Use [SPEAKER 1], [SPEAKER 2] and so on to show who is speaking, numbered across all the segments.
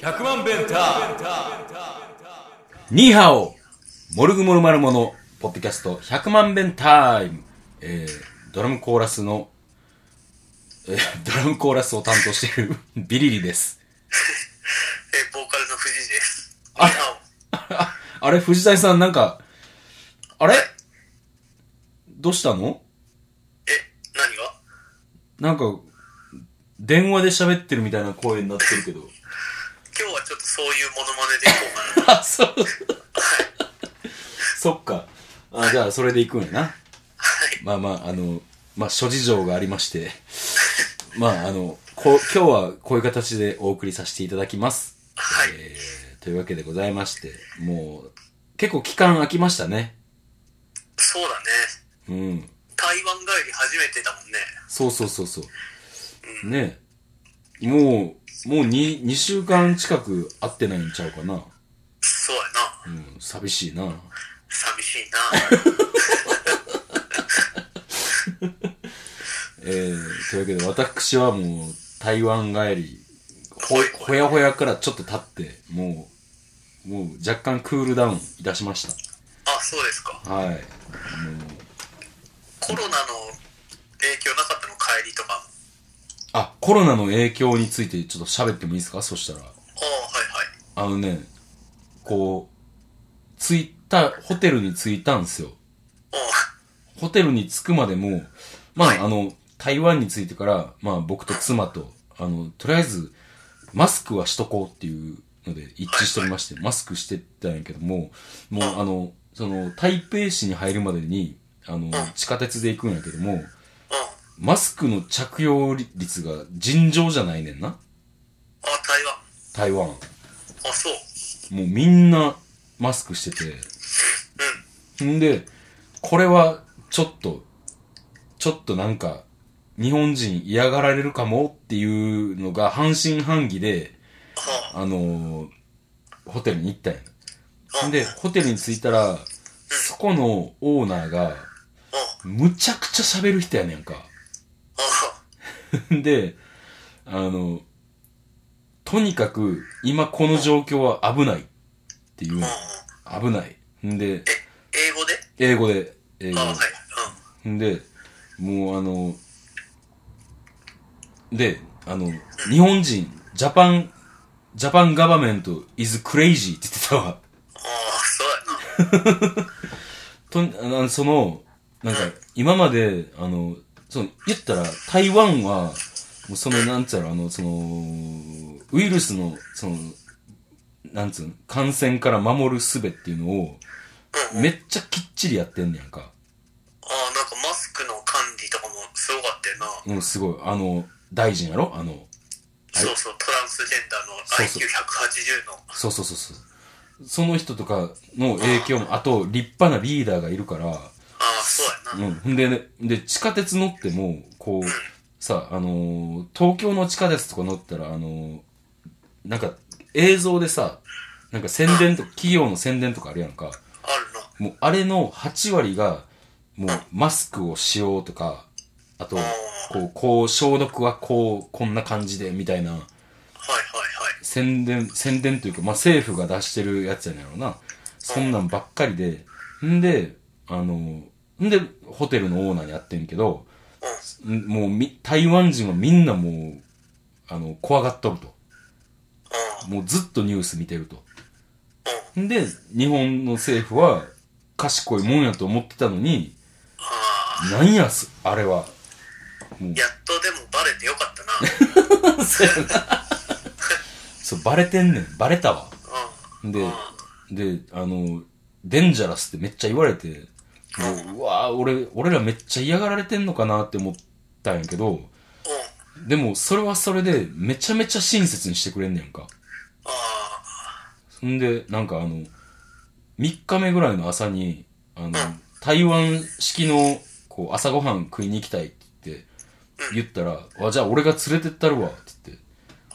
[SPEAKER 1] 100万ベンタニーハオモルグモルマルモのポッドキャスト100万ベンタイム、えー、ドラムコーラスの、えードラムコーラスを担当している ビリリです。
[SPEAKER 2] え、ボーカルの藤井です。
[SPEAKER 1] あ
[SPEAKER 2] ニーハ
[SPEAKER 1] ああれ藤谷さんなんか、あれどうしたの
[SPEAKER 2] オえ、何が
[SPEAKER 1] なんか、電話で喋ってるみたいな声になってるけど。
[SPEAKER 2] 今日はちょっとそういうモノマネでいこうか な。
[SPEAKER 1] あ、そう。そっか。あ、じゃあ、それで行くんやな。まあまあ、あの、まあ、諸事情がありまして、まあ、あの、こう今日はこういう形でお送りさせていただきます。
[SPEAKER 2] はい。
[SPEAKER 1] えー、というわけでございまして、もう、結構期間空きましたね。
[SPEAKER 2] そうだね。
[SPEAKER 1] うん。
[SPEAKER 2] 台湾帰り初めてだもんね。
[SPEAKER 1] そうそうそうそう。ねえもう、もう 2, 2週間近く会ってないんちゃうかな。
[SPEAKER 2] そうやな。
[SPEAKER 1] うん、寂しいな。
[SPEAKER 2] 寂し いな。
[SPEAKER 1] えー、というわけで私はもう台湾帰りほほやほやからちょっと経ってもうもう若干クールダウンいたしまし
[SPEAKER 2] あ、そうですか。
[SPEAKER 1] たはい
[SPEAKER 2] コロナの影響なかったの帰りとか。あ
[SPEAKER 1] あコロナの影響についてちょっと喋ってもいいですかそしたら
[SPEAKER 2] あ、はい
[SPEAKER 1] あ
[SPEAKER 2] はい。
[SPEAKER 1] のねこう着いたホテルに着いたんですよ
[SPEAKER 2] う
[SPEAKER 1] ホテルに着くまでも、まあ、あの、台湾に着いてから、まあ、僕と妻と、あの、とりあえず、マスクはしとこうっていうので一致しておりまして、マスクしてたんやけども、もう、あの、その、台北市に入るまでに、あの、地下鉄で行くんやけども、
[SPEAKER 2] ん。うん。
[SPEAKER 1] マスクの着用率が尋常じゃないねんな、
[SPEAKER 2] あ、台湾。
[SPEAKER 1] 台湾。
[SPEAKER 2] あ、そう。
[SPEAKER 1] もうみんなマスクしてて。んで、これはちょっと、ちょっとなんか、日本人嫌がられるかもっていうのが半信半疑で、
[SPEAKER 2] は
[SPEAKER 1] あのーホテルに行ったんや。
[SPEAKER 2] あ。うん。
[SPEAKER 1] で、
[SPEAKER 2] うん。
[SPEAKER 1] ホテルに着いたら、そこのオーナーが、むちゃくちゃ喋る人やねんか。
[SPEAKER 2] あ、
[SPEAKER 1] で、あの、とにかく、今この状況は危ないっていう
[SPEAKER 2] うん。
[SPEAKER 1] の
[SPEAKER 2] うん。
[SPEAKER 1] 危ない。んで、
[SPEAKER 2] え、英語で
[SPEAKER 1] 英語で、英語
[SPEAKER 2] あ、はい。
[SPEAKER 1] で。んで、もうあの、で、あの、日本人、ジャパン、ジャパンガバメント is crazy って言ってたわ。
[SPEAKER 2] うん。ああ、そうやな。
[SPEAKER 1] とん、あのその、なんか、今まで、あの、その、言ったら、台湾は、もうその、なんつうの、あの、その、ウイルスの、その、なんつうの、感染から守る術っていうのを、
[SPEAKER 2] うん。
[SPEAKER 1] めっちゃきっちりやってんねやんか。
[SPEAKER 2] ああ、なんかマスクの管理とかもすごかったよな。
[SPEAKER 1] うん、すごい。あの、大臣やろあの、はい
[SPEAKER 2] そうそう、トランスジェンダーの
[SPEAKER 1] そうそう
[SPEAKER 2] IQ180 の。
[SPEAKER 1] そうそうそうそう。その人とかの影響も、あと、立派なリーダーがいるから、
[SPEAKER 2] ああ、そうやな。
[SPEAKER 1] うん。ほんで、ね、で、地下鉄乗っても、こう、さ、あのー東京の地下鉄とか乗ったら、あのーなんか、映像でさ、なんか宣伝と、企業の宣伝とかあるやんか。
[SPEAKER 2] あるな。
[SPEAKER 1] もう、あれの8割が、もう、マスクをしようとか、あと、こう、こう、消毒はこう、こんな感じで、みたいな。
[SPEAKER 2] はいはいはい。
[SPEAKER 1] 宣伝、宣伝というか、まあ、政府が出してるやつやねんやろな。そんなんばっかりで、んで、あの、んで、ホテルのオーナーにやってんけど、んもうみ、台湾人はみんなもう、あの、怖がっとると。もうずっとニュース見てると。んで、日本の政府は、賢いもんやと思ってたのに、
[SPEAKER 2] あ
[SPEAKER 1] なんやす、あれは。もう
[SPEAKER 2] あ、やっとでもバレてよかったな。うん。
[SPEAKER 1] そう、バレてんねん。バレたわ。
[SPEAKER 2] あ
[SPEAKER 1] で、で、あの、デンジャラスってめっちゃ言われて、もううわぁ、俺、俺らめっちゃ嫌がられてんのかなって思ったんやけど、でも、それはそれで、めちゃめちゃ親切にしてくれんねやんか。
[SPEAKER 2] あ
[SPEAKER 1] そんで、なんかあの、3日目ぐらいの朝に、あの、台湾式の、こう、朝ごはん食いに行きたいって言ったら、あ、じゃあ俺が連れてったるわ、って言って。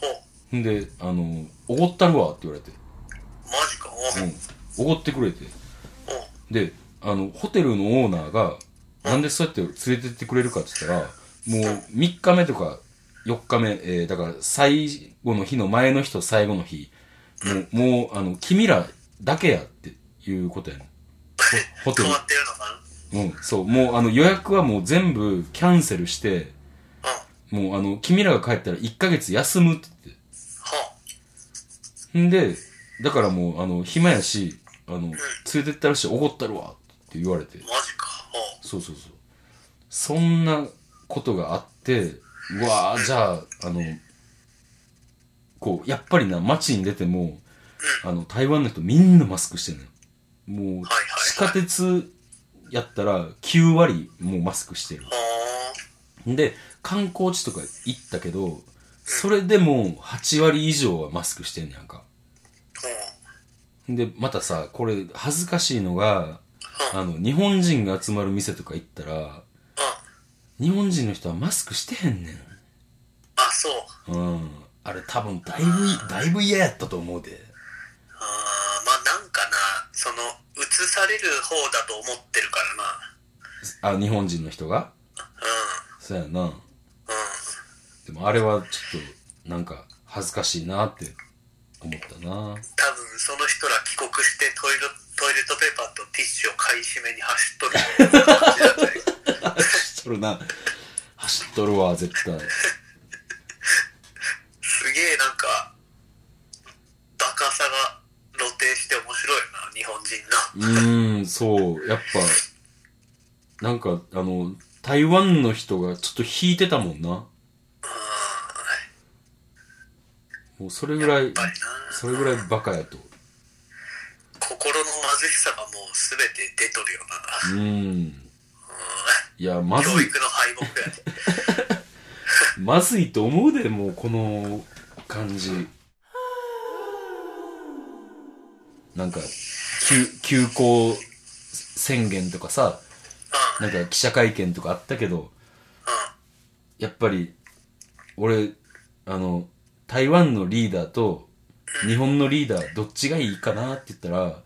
[SPEAKER 2] ー、ほう。
[SPEAKER 1] んで、あの、おごったるわ、って言われて。
[SPEAKER 2] マジか。うん。うん。
[SPEAKER 1] うん。おごってくれて。で、あの、ホテルのオーナーが、なんでそうやって連れてってくれるかって言ったら、もう3日目とか4日目、えーだから最後の日の前の日と最後の日、もう、もう、あの、君らだけやっていうことやねん。ホホ テ
[SPEAKER 2] 止まってるのか
[SPEAKER 1] ル。うん、そう、もうあの予約はもう全部キャンセルして、
[SPEAKER 2] なうん。
[SPEAKER 1] もうあの、君らが帰ったら1ヶ月休むって言っ
[SPEAKER 2] は
[SPEAKER 1] て。んで、だからもう、あの、暇やし、あの、連れてったらしい、怒ったるわって言われて。
[SPEAKER 2] あ、マジか。は
[SPEAKER 1] そうそうそう。そんなことがあって、うわあじゃあ、あの、こう、やっぱりな、街に出ても、あの、台湾の人みんなマスクしてんのよ。もう
[SPEAKER 2] はいはい、
[SPEAKER 1] 地下鉄やったら9割もうマスクしてる。
[SPEAKER 2] あ。はあ。
[SPEAKER 1] で、観光地とか行ったけど、それでも8割以上はマスクしてんねやんか。
[SPEAKER 2] うん。
[SPEAKER 1] で、またさ、これ恥ずかしいのが、あの、日本人が集まる店とか行ったら、
[SPEAKER 2] うん。
[SPEAKER 1] 日本人の人はマスクしてへんねん。
[SPEAKER 2] あ、そう。
[SPEAKER 1] うん。あれ多分だいぶ、だいぶ嫌やったと思うで。
[SPEAKER 2] あーまあなんかな、その、映される方だと思ってるからな。
[SPEAKER 1] あ、日本人の人が
[SPEAKER 2] う
[SPEAKER 1] そうやな。
[SPEAKER 2] ん。うん。
[SPEAKER 1] でもあれはちょっと、なんか、恥ずかしいなって思った な。
[SPEAKER 2] 多分その人ら帰国してトイレトイレットペーパーとティッシュを買い占めに走っとる ような感じだったり
[SPEAKER 1] 走っとるな。走っとるわ、絶対。
[SPEAKER 2] すげえなんかバカさが露呈して面白いな日本
[SPEAKER 1] うー
[SPEAKER 2] 人
[SPEAKER 1] ん、そう。やっぱ、なんか、あの、台湾の人がちょっと引いてたもんな。もうそれぐらい
[SPEAKER 2] ぱりな、
[SPEAKER 1] それぐらいバカやと。
[SPEAKER 2] の心の貧しさがもう全て出とるよ
[SPEAKER 1] う
[SPEAKER 2] な
[SPEAKER 1] ーん。いや、まず
[SPEAKER 2] 教
[SPEAKER 1] い
[SPEAKER 2] 育、の敗北 やね
[SPEAKER 1] まずいと思うで、もう、この感じ。なんか、休、休校宣言とかさ、
[SPEAKER 2] うん
[SPEAKER 1] なんか記者会見とかあったけど、やっぱり、俺、あの、台湾のリーダーと、日本のリーダー、どっちがいいかなって言った ら、も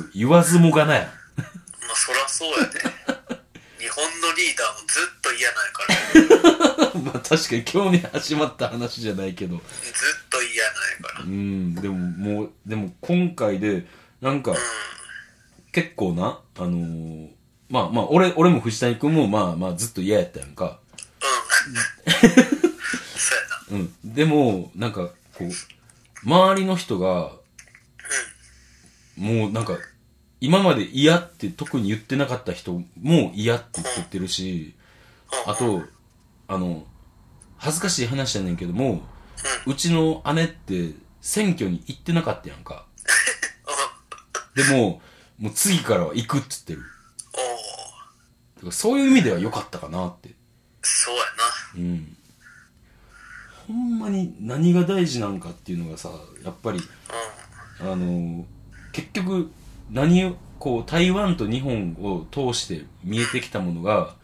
[SPEAKER 1] う言わずもがなや。
[SPEAKER 2] まあそらそうやで、日本のリーダーもずっと嫌なんやから
[SPEAKER 1] まあ確かに今日に始まった話じゃないけど。
[SPEAKER 2] ずっと嫌なんやから
[SPEAKER 1] うん、でももう、でも今回で、なんか、結構な、あのーまあまあ、俺、俺も藤谷君もまあまあずっと嫌やったやんか。
[SPEAKER 2] うんそうやな
[SPEAKER 1] うん。でも、なんか、こう、周りの人が、もうなんか、今まで嫌って特に言ってなかった人も嫌って言ってってるし、あと、あの、恥ずかしい話やねんけども、うちの姉って選挙に行ってなかったやん か。でも、もう次からは行くって言ってる。
[SPEAKER 2] おお
[SPEAKER 1] だからそういう意味では良かったかなって。
[SPEAKER 2] そうやな
[SPEAKER 1] うん。ほんまに何が大事なんかっていうのがさ、やっぱり、
[SPEAKER 2] うん
[SPEAKER 1] あの結局何をこう台湾と日本を通して見えてきたものが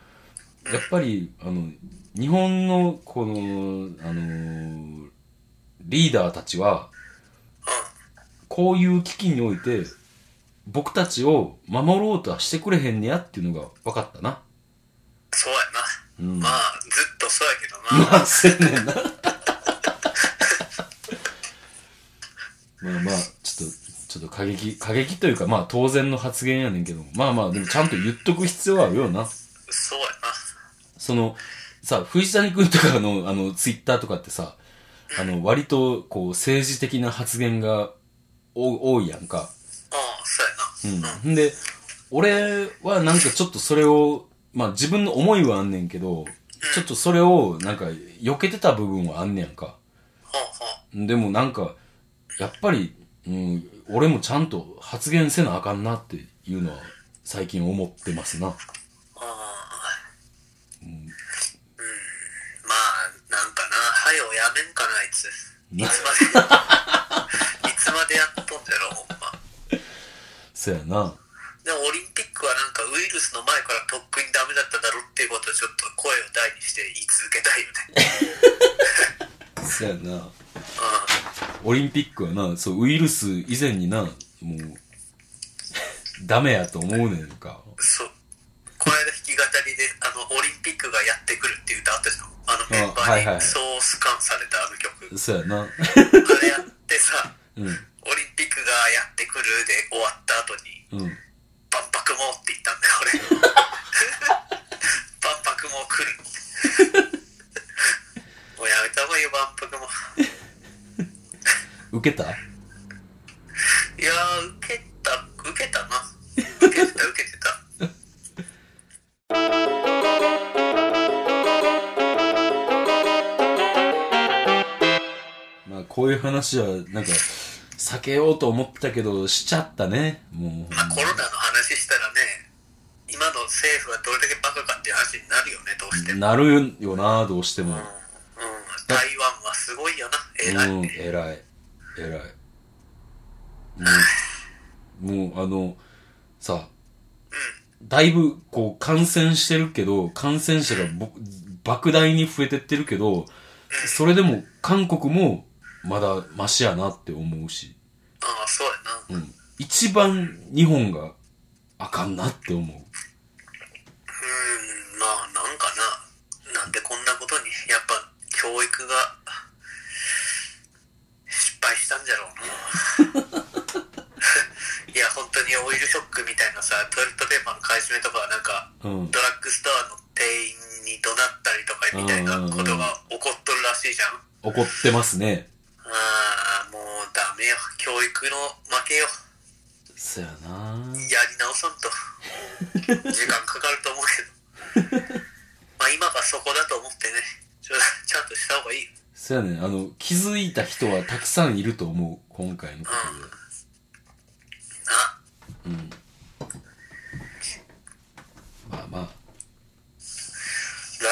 [SPEAKER 1] やっぱりあの日本のこのあのリーダーたちはこういう危機において僕たちを守ろうとはしてくれへんねやっていうのが分かったな。
[SPEAKER 2] そうやな、
[SPEAKER 1] うん
[SPEAKER 2] まあずっとそうやけどな、
[SPEAKER 1] まあ、せんねんな。まあまあ、ちょっと、ちょっと過激、過激というか、まあ当然の発言やねんけど、まあまあ、でもちゃんと言っとく必要はあるよな。
[SPEAKER 2] そうやな
[SPEAKER 1] その、さ、藤谷くんとかの、あの、ツイッターとかってさ、あの、割と、こう、政治的な発言が、お、多いやんか。
[SPEAKER 2] うんそうやな
[SPEAKER 1] うん。んで、俺はなんかちょっとそれを、まあ自分の思いはあんねんけど、ちょっとそれを、なんか、避けてた部分はあんねやんか。
[SPEAKER 2] ほうほう
[SPEAKER 1] でもなんか、やっぱり、うん、俺もちゃんと発言せなあかんなっていうのは最近思ってますな。
[SPEAKER 2] あーうんまあなんかなはよやめんかなあいつい
[SPEAKER 1] な
[SPEAKER 2] つま でいつまでやっとんじゃろほんま
[SPEAKER 1] そやな。
[SPEAKER 2] でもオリンピックはなんかウイルスの前からとっくにダメだっただろっていうことをちょっと声を大にして言い続けたいよ ね
[SPEAKER 1] そやな。
[SPEAKER 2] うん
[SPEAKER 1] オリンピックはな、そう、ウイルス以前にな、もう、ダメやと思うねんか。
[SPEAKER 2] そう。この間弾き語りで、あの、オリンピックがやってくるっていう歌あったじゃん。あの、メン
[SPEAKER 1] はいはいはい
[SPEAKER 2] ソース感されたあの 曲。
[SPEAKER 1] そうやな。
[SPEAKER 2] あれやってさ、
[SPEAKER 1] うん。
[SPEAKER 2] オリンピックがやってくるで終わった後に、
[SPEAKER 1] うん。
[SPEAKER 2] 万博もって言ったんだよ、 俺。万博も来る。もうやめた方がいいよ、万博も。
[SPEAKER 1] 受けた
[SPEAKER 2] いやー、受けた、受けたな。受けてた、受けてた。
[SPEAKER 1] まあ、こういう話は、なんか、避けようと思ったけど、しちゃったね。もう。
[SPEAKER 2] まあ、コロナの話したらね、今の政府がどれだけバカかっていう話になるよね、どうしても。
[SPEAKER 1] なるよな、どうしても
[SPEAKER 2] うん。。うん台湾はすごいよな、偉い。
[SPEAKER 1] うん、偉い。偉い。もう、もうあの、さ、だいぶ、こう、感染してるけど、感染者がぼ莫大に増えてってるけど、それでも、韓国も、まだ、マシやなって思うし、
[SPEAKER 2] ああ、そうやな。
[SPEAKER 1] うん。一番、日本が、あかんなって思う。
[SPEAKER 2] うーん、まあ、なんかな。なんでこんなことに、やっぱ、教育が、失敗したんじゃろう な。いや、本当にオイルショックみたいなさ、トイレットペーパーの買い占めとかは、なんか、
[SPEAKER 1] うん。
[SPEAKER 2] ドラッグストアの店員に怒鳴ったりとかみたいなことが起こっとるらしいじゃん。
[SPEAKER 1] 怒ってますね。
[SPEAKER 2] ああ、もうダメよ。教育の負けよ。
[SPEAKER 1] そやな
[SPEAKER 2] やり直さんと。時間かかると思うけど。まあ今がそこだと思ってね、ちょちゃんとした方がいいよ。
[SPEAKER 1] そやね、あの、気づいた人はたくさんいると思う、今回のこ
[SPEAKER 2] な。
[SPEAKER 1] とで。うん。まあまあ、
[SPEAKER 2] ラ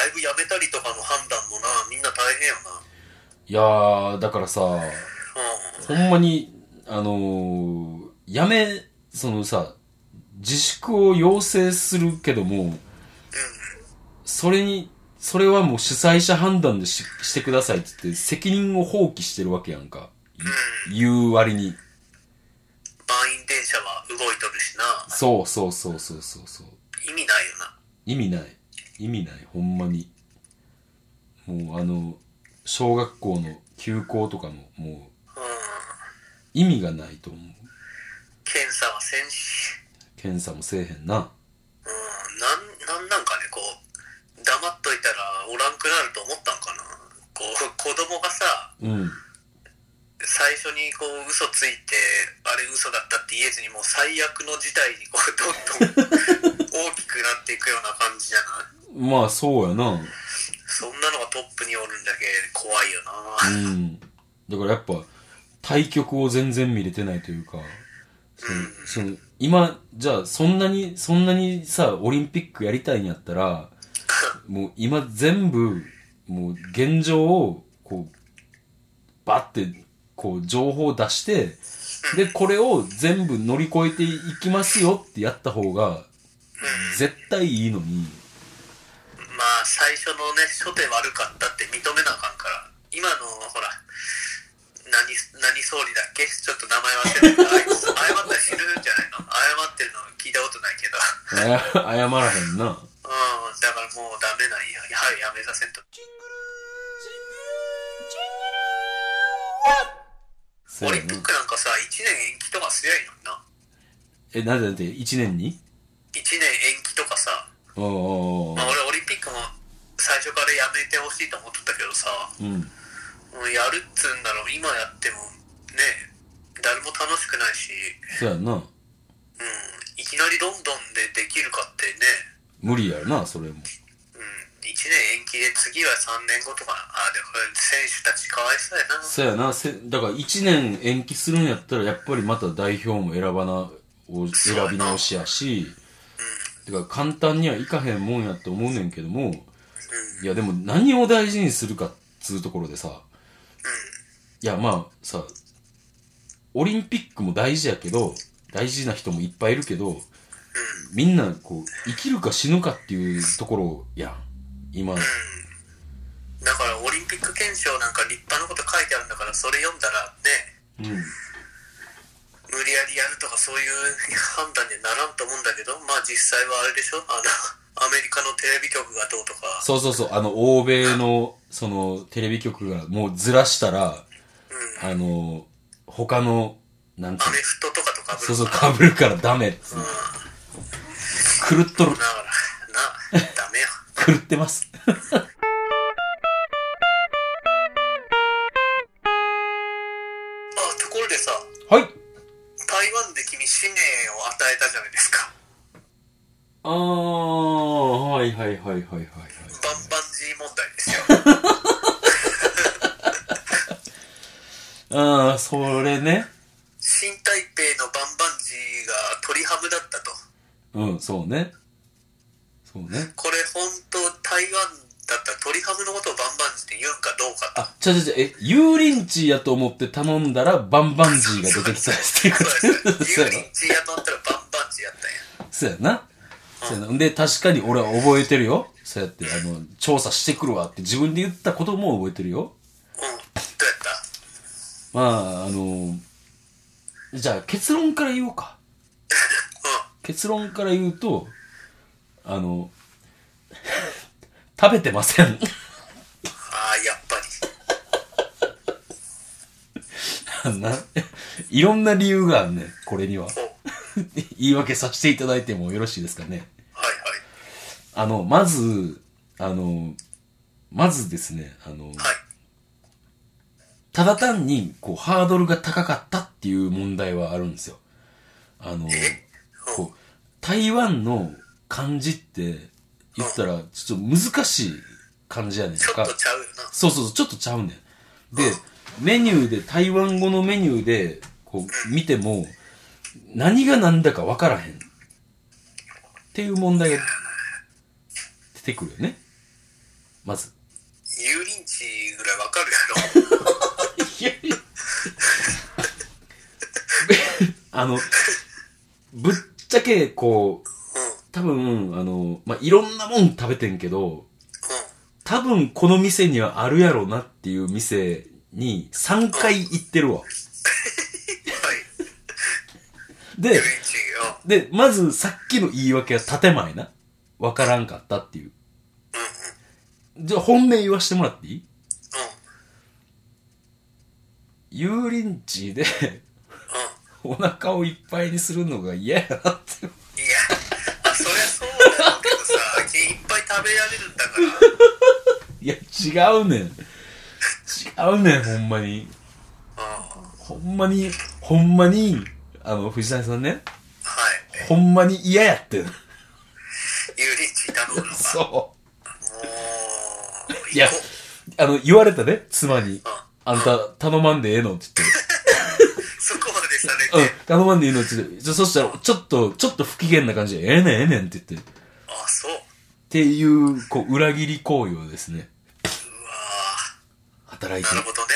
[SPEAKER 2] イブやめたりとかの判断もな、みんな大変よな。
[SPEAKER 1] いやー、だからさ、
[SPEAKER 2] うん。
[SPEAKER 1] ほんまに、あのー、やめ、そのさ、自粛を要請するけども、それに、それはもう主催者判断でししてくださいって言って、責任を放棄してるわけやんか。い言う割に。
[SPEAKER 2] 満員電車は動いとるしな。
[SPEAKER 1] そうそうそうそうそうそう。
[SPEAKER 2] 意味ないよな。
[SPEAKER 1] 意味ない。意味ない、ほんまに。もうあの、小学校の休校とかも、もう、意味がないと思う。
[SPEAKER 2] 検査はせんし。
[SPEAKER 1] 検査もせえへんな。
[SPEAKER 2] うん、なん、なんなんかね、こう、黙っといたらおらんくなると思ったんかな。こう、 子供がさ、
[SPEAKER 1] うん。
[SPEAKER 2] 最初にこう、嘘ついて、あれ嘘だったって言えずに、もう最悪の事態にこう、どんどん大きくなっていくような感じじゃない
[SPEAKER 1] まあ、そうやな。
[SPEAKER 2] そんなのがトップにおるんだけ怖いよ
[SPEAKER 1] う
[SPEAKER 2] な。
[SPEAKER 1] ん。だからやっぱ、対局を全然見れてないというか、その、その今、じゃあ、そんなに、そんなにさ、オリンピックやりたいんやったら、もう今全部、もう現状を、こう、バって、こう、情報を出して、で、これを全部乗り越えていきますよってやった方が、絶対いいのに、
[SPEAKER 2] まあ、最初のね、初手悪かったって認めなあかんから、今の、ほら、何、何総理だっけちょっと名前忘れたけど、あいつ謝ったりするんじゃないの謝ってるの聞いたことないけど。
[SPEAKER 1] あや謝らへんな。
[SPEAKER 2] うん、だからもうダメなんや。やはりやめさせんと。
[SPEAKER 1] そうや
[SPEAKER 2] オリンピッ
[SPEAKER 1] な。
[SPEAKER 2] クなんかさ、1年延期とかすりゃいいのにな。
[SPEAKER 1] え、なんでなんで、1年に
[SPEAKER 2] 1年延期とかさ、
[SPEAKER 1] おーおーお
[SPEAKER 2] まあ
[SPEAKER 1] ー
[SPEAKER 2] 俺オリンピックも最初からやめてほしいと思ってたけどさ、
[SPEAKER 1] うん。
[SPEAKER 2] もうやるっつうんなら今やってもね、誰も楽しくないし、
[SPEAKER 1] そうやな。
[SPEAKER 2] うん、いきなりロンドンでできるかってね、
[SPEAKER 1] 無理やろな、それも。
[SPEAKER 2] うん、1年延期で次は3年後とかな、ああ、でもこれ選手たちかわいそうやな。
[SPEAKER 1] そうやな、せ、だから1年延期するんやったら、やっぱりまた代表も選ばな、を選び直しやし、てか簡単にはいかへんもんやって思うねんけども、いやでも何を大事にするかっつうところでさ、いやまあさ、オリンピックも大事やけど、大事な人もいっぱいいるけど、みんなこう、生きるか死ぬかっていうところやん。今、
[SPEAKER 2] だからオリンピック憲章なんか立派なこと書いてあるんだから、それ読んだらね、
[SPEAKER 1] うん。
[SPEAKER 2] 無理やりやるとかそういう判断にはならんと思うんだけどまあ実際はあれでしょあのアメリカのテレビ局がどうとか
[SPEAKER 1] そうそうそう、あの、欧米のその、テレビ局がもうずらしたら、
[SPEAKER 2] うん。
[SPEAKER 1] あの、他の、なんてい
[SPEAKER 2] ア
[SPEAKER 1] う
[SPEAKER 2] メ
[SPEAKER 1] の
[SPEAKER 2] フトとかとかぶ
[SPEAKER 1] そう
[SPEAKER 2] る
[SPEAKER 1] そう、
[SPEAKER 2] か
[SPEAKER 1] 被るからダメっつって。狂っとる
[SPEAKER 2] ら。だ、から、な、ダメよ。
[SPEAKER 1] 狂ってます。
[SPEAKER 2] あ、ところでさ、
[SPEAKER 1] はい。
[SPEAKER 2] 台湾で君使命を与えたじゃないですか。
[SPEAKER 1] あー、はいはいはいはいはいはい。
[SPEAKER 2] バンバンジー問題ですよ。
[SPEAKER 1] あー、それね。
[SPEAKER 2] 新台北のバンバンジーが鳥ハムだったと。
[SPEAKER 1] うん、そうね。そうね。
[SPEAKER 2] これ本当台湾だったら鳥ハムのことをバンバンジーって言うんかどうかと。
[SPEAKER 1] あ、ちゃちゃちゃ、え、油淋鶏やと思って頼んだら、バンバンジーが出てきたっていうこ
[SPEAKER 2] そう
[SPEAKER 1] と。
[SPEAKER 2] です。
[SPEAKER 1] そう
[SPEAKER 2] 油
[SPEAKER 1] や
[SPEAKER 2] 淋
[SPEAKER 1] ろ
[SPEAKER 2] 鶏屋とったらバンバンジーやったんや。
[SPEAKER 1] そうやな。そうやな。で、確かに俺は覚えてるよ。そうやって、あの、調査してくるわって自分で言ったことも覚えてるよ。
[SPEAKER 2] うん。どうやった
[SPEAKER 1] まあ、あの、じゃあ結論から言おうか。
[SPEAKER 2] うん。
[SPEAKER 1] 結論から言うと、あの、 食べてません。
[SPEAKER 2] ああ、やっぱり。
[SPEAKER 1] ないろんな理由があるねん、これには。
[SPEAKER 2] お
[SPEAKER 1] 言い訳させていただいてもよろしいですかね。
[SPEAKER 2] はいはい。
[SPEAKER 1] あの、まず、あの、まずですね、あの、
[SPEAKER 2] はい。
[SPEAKER 1] ただ単に、こう、ハードルが高かったっていう問題はあるんですよ。あの、
[SPEAKER 2] えうん。
[SPEAKER 1] こう、台湾の漢字って言ったら、ちょっと難しい漢字やねん
[SPEAKER 2] ちょ
[SPEAKER 1] か
[SPEAKER 2] っと。ちゃうよな。
[SPEAKER 1] そうそうそう、ちょっとちゃうねん。で
[SPEAKER 2] うん、
[SPEAKER 1] メニューで、台湾語のメニューで、こう、見ても、何が何だか分からへん。っていう問題が出てくるよね。まず。
[SPEAKER 2] 油淋鶏ぐらいわかるやろ。
[SPEAKER 1] あの、ぶっちゃけ、こう、
[SPEAKER 2] うん。うん。
[SPEAKER 1] 多分、あの、まあ、いろんなもん食べてんけど、多分この店にはあるやろなっていう店に3回行ってるわ。
[SPEAKER 2] はい。
[SPEAKER 1] で
[SPEAKER 2] 油、淋鶏よ。
[SPEAKER 1] で、まずさっきの言い訳は建前な。わからんかったっていう。
[SPEAKER 2] うんうん。
[SPEAKER 1] じゃあ本命言わしてもらっていい
[SPEAKER 2] うん。
[SPEAKER 1] 油淋鶏で
[SPEAKER 2] うん。
[SPEAKER 1] お腹をいっぱいにするのが嫌やなって。
[SPEAKER 2] いや、あそりゃそうだろうけどさ、いっぱい食べられるんだから。
[SPEAKER 1] いや、違うねん。違うねん、ほんまに。
[SPEAKER 2] う
[SPEAKER 1] ほ
[SPEAKER 2] ん。
[SPEAKER 1] んまに、ほんまに、あの、藤谷さんね、
[SPEAKER 2] はい。
[SPEAKER 1] ほんまに嫌やってん。
[SPEAKER 2] 油淋鶏頼むのか。
[SPEAKER 1] そ
[SPEAKER 2] もう、
[SPEAKER 1] う。いや
[SPEAKER 2] こ、
[SPEAKER 1] あの、言われたね、妻に。あんた、頼まんでええのって言って。
[SPEAKER 2] そこまでされて、
[SPEAKER 1] うん、頼まんでいいのって言って、そそしたら、ちょっと、ちょっと不機嫌な感じで、ええねん、ええねんって言って。っ
[SPEAKER 2] あ、そう。う
[SPEAKER 1] ていう、こう、裏切り行為をですね、
[SPEAKER 2] わ
[SPEAKER 1] 働いて
[SPEAKER 2] ーな
[SPEAKER 1] る
[SPEAKER 2] る。ほどね。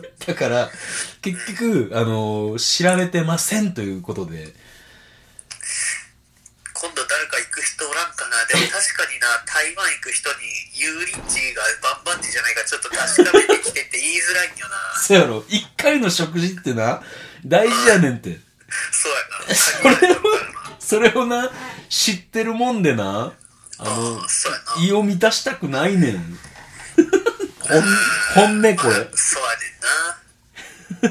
[SPEAKER 1] これ、だから、結局、あのー、調べてませんということで、
[SPEAKER 2] 今度誰か行く人おらんかな。でも確かにな、台湾行く人に油淋鶏がバンバンジーじゃないかちょっと確かめてきてって言いづらいんよな。
[SPEAKER 1] そやろ、一回の食事ってな、大事やねんって。
[SPEAKER 2] そうやな。限られてるからな
[SPEAKER 1] それをな、知ってるもんでな、あ
[SPEAKER 2] うんそうやな。
[SPEAKER 1] の、胃を満たしたくないねん。ほん、本音これ。
[SPEAKER 2] そう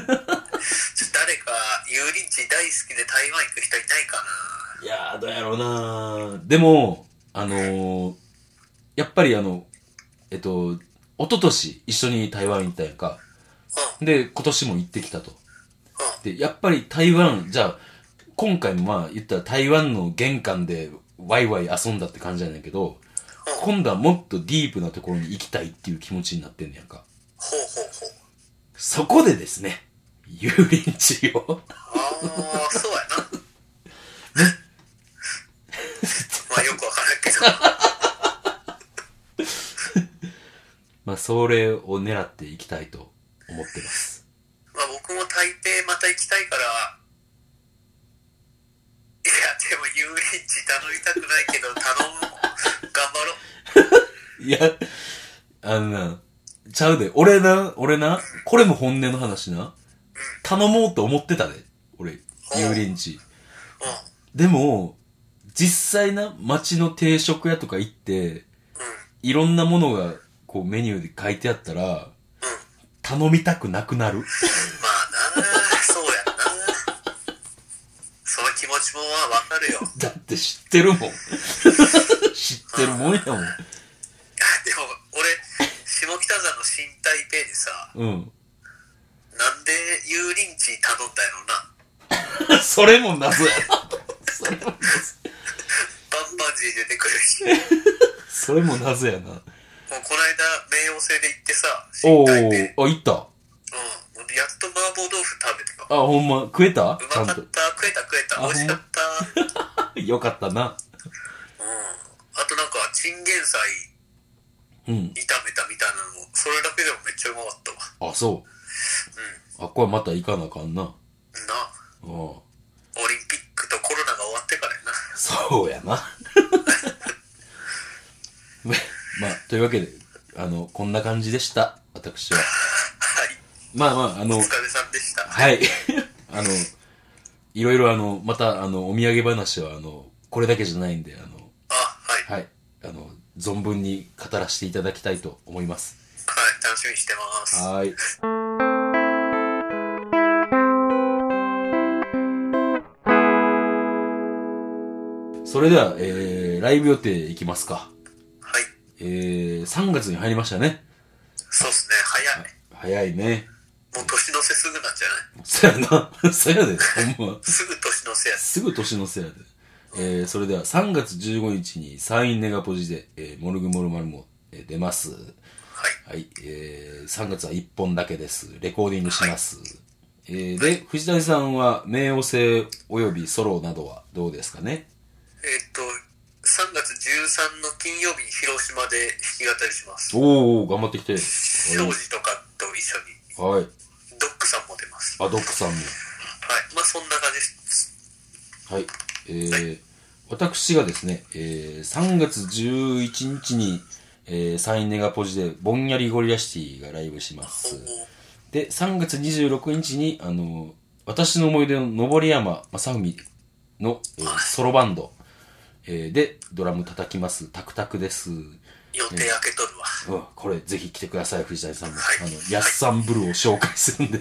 [SPEAKER 2] やねんなちょ誰か油淋鶏大好きで台湾行く人いないかない
[SPEAKER 1] やー、どうやろうなーでも、あのー、やっぱりあの、えっと、一昨年一緒に台湾行ったやんか。
[SPEAKER 2] う
[SPEAKER 1] で、今年も行ってきたと。
[SPEAKER 2] んうん
[SPEAKER 1] で、やっぱり台湾、じゃあ、今回もまあ言ったら台湾の玄関でワイワイ遊んだって感じやねんけど、今度はもっとディープなところに行きたいっていう気持ちになってんねやんか。
[SPEAKER 2] ほうほうほう
[SPEAKER 1] そこでですね、油淋鶏を
[SPEAKER 2] ああそうやなまあよくわからんけど
[SPEAKER 1] まあ、それを狙っていきたいと思ってます。
[SPEAKER 2] まあ僕も台北また行きたいからいやでも油淋鶏頼みたくないけど頼む頑張
[SPEAKER 1] いや、
[SPEAKER 2] ろう
[SPEAKER 1] あのな、ちゃうで。俺な、俺な、これも本音の話な。頼もうと思ってたで。俺、油淋鶏。
[SPEAKER 2] うん
[SPEAKER 1] でも、実際な、街の定食屋とか行って、
[SPEAKER 2] うん
[SPEAKER 1] いろんなものがこうメニューで書いてあったら、頼みたくなくなる。
[SPEAKER 2] まあなそうやんなその気持ちもわかるよ
[SPEAKER 1] だって知ってるもん。 知ってるもんやもん。
[SPEAKER 2] でも俺下北沢の新台北でさ
[SPEAKER 1] うん。
[SPEAKER 2] なんで油淋鶏頼んだやろ な
[SPEAKER 1] それも謎やな。それも謎、
[SPEAKER 2] バンバンジー出てくるし
[SPEAKER 1] それも謎やな。
[SPEAKER 2] もうこの間冥王星で行ってさ
[SPEAKER 1] お
[SPEAKER 2] 新台北
[SPEAKER 1] ー、あ、行った。
[SPEAKER 2] うんやっと麻婆豆腐食べてた
[SPEAKER 1] あ、ほんま、食えた
[SPEAKER 2] う
[SPEAKER 1] ちゃ
[SPEAKER 2] ま
[SPEAKER 1] ん
[SPEAKER 2] かった食えた食えた
[SPEAKER 1] あ
[SPEAKER 2] 美味しかった
[SPEAKER 1] と。よかったな。
[SPEAKER 2] うんあとなんかチンゲン菜
[SPEAKER 1] うん。
[SPEAKER 2] 炒めたみたいなのもそれだけでもめっちゃうまかったわ
[SPEAKER 1] あ、そう。あ、これまた行かなあかんな。
[SPEAKER 2] うんな
[SPEAKER 1] うん。
[SPEAKER 2] オリンピックとコロナが終わってからやな
[SPEAKER 1] そうやな。 まあ、というわけで、あの、こんな感じでした。私は。
[SPEAKER 2] はい
[SPEAKER 1] まあまあ、あ
[SPEAKER 2] お
[SPEAKER 1] の、
[SPEAKER 2] 疲れさんでした
[SPEAKER 1] はい。 あの、いろいろあの、また、あの、お土産話は、あの、これだけじゃないんで、あの、
[SPEAKER 2] あはいはい
[SPEAKER 1] はい。あの、存分に語らせていただきたいと思います。
[SPEAKER 2] 楽しみにしてます
[SPEAKER 1] はーい。それでは、えー、ライブ予定いきますか。
[SPEAKER 2] はい
[SPEAKER 1] えー、3月に入りましたね。
[SPEAKER 2] そうっすね早い
[SPEAKER 1] 早いね。
[SPEAKER 2] もう年の瀬すぐなんじゃない
[SPEAKER 1] そやな。 そやで、ほんま。
[SPEAKER 2] すぐ年の瀬や
[SPEAKER 1] すぐ年のせいやで。えー、それでは3月15日にサインネガポジで、えー、モルグモルマルも、えー出ます。
[SPEAKER 2] はい
[SPEAKER 1] はい、えー、3月は1本だけです。レコーディングします。えー、で、藤谷さんは、冥王星およびソロなどはどうですかね
[SPEAKER 2] えーっと3月13の金曜日に広島で弾き語りします
[SPEAKER 1] おー、頑張ってきて。
[SPEAKER 2] 庄司とかと一緒に
[SPEAKER 1] はい。
[SPEAKER 2] ドックさんも出ますは
[SPEAKER 1] あ、ドックさんも。
[SPEAKER 2] いまあそんな感じです
[SPEAKER 1] はい。えー、私がですね、えー、3月11日に、えー、サインネガポジで、ぼんやりゴリラシティがライブしま
[SPEAKER 2] お
[SPEAKER 1] す。
[SPEAKER 2] ー
[SPEAKER 1] で、3月26日に、あの、私の思い出の登山正文の、えーソロバンド、えーで、ドラム叩きます、タクタクです。うん、
[SPEAKER 2] 予定開けとるわ
[SPEAKER 1] これぜひ来てください、藤谷さんも。
[SPEAKER 2] はい
[SPEAKER 1] あの、ヤッサンブルーを紹介する んで。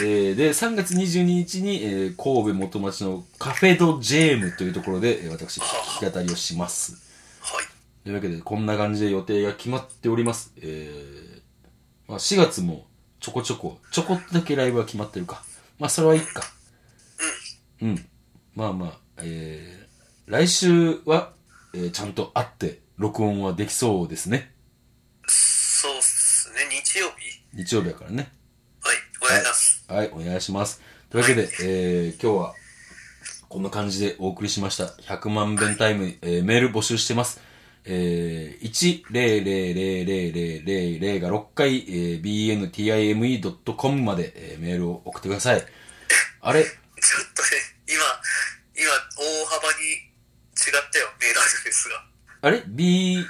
[SPEAKER 1] でで、3月22日に、えー神戸元町のカフェドジェームというところで、えー私、弾き語りをします。
[SPEAKER 2] はい
[SPEAKER 1] というわけで、こんな感じで予定が決まっております。えー、まあ4月もちょこちょこ、ちょこっとだけライブは決まってるか。まあそれはいいか。うん。まあまあ、えー、来週は、えーちゃんと会って録音はできそうですね。
[SPEAKER 2] そうっすね日曜日
[SPEAKER 1] 日曜日やからね。
[SPEAKER 2] はいお願いします
[SPEAKER 1] はい、お願いします。というわけで、えー、今日は、こんな感じでお送りしました。100万遍タイム、えー、メール募集してます。えー、1000000が6回、えー、bntime.com まで、えーメールを送ってください。あれ
[SPEAKER 2] ちょっとね、今、今、大幅に違ったよ、メールアドレスが。
[SPEAKER 1] あれ ?bne,time,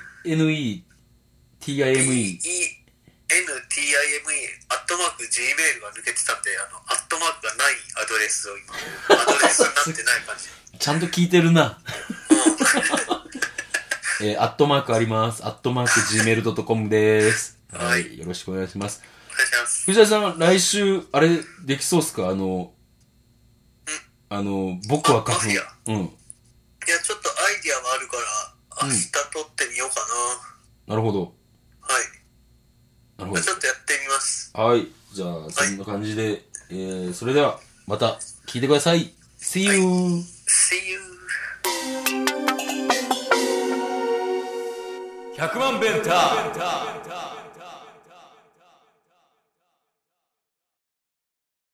[SPEAKER 2] E-N-T-I-M-E、アットマーク、Gmail が抜けてたんで、あの、アットマークがないアドレスを今、アドレスになってない感じ。
[SPEAKER 1] ちゃんと聞いてるな。 えー、アットマークあります。アットマーク gmail.com です。
[SPEAKER 2] はい
[SPEAKER 1] はい。よろしくお願いします。
[SPEAKER 2] お願いします。
[SPEAKER 1] 藤田さん、来週、あれ、できそうっすかあの、あの、僕は花粉
[SPEAKER 2] あマフィ。
[SPEAKER 1] うん。
[SPEAKER 2] いや、ちょっとアイディアはあるから、
[SPEAKER 1] うん
[SPEAKER 2] 明日撮ってみようか
[SPEAKER 1] なるほど。
[SPEAKER 2] な。はい。
[SPEAKER 1] なるほ
[SPEAKER 2] ちょっとやってみます。
[SPEAKER 1] ど。はい。じゃあ、そんな感じで、えー、それでは、また、聞いてください。See you!
[SPEAKER 2] See you!
[SPEAKER 1] 100万ベンター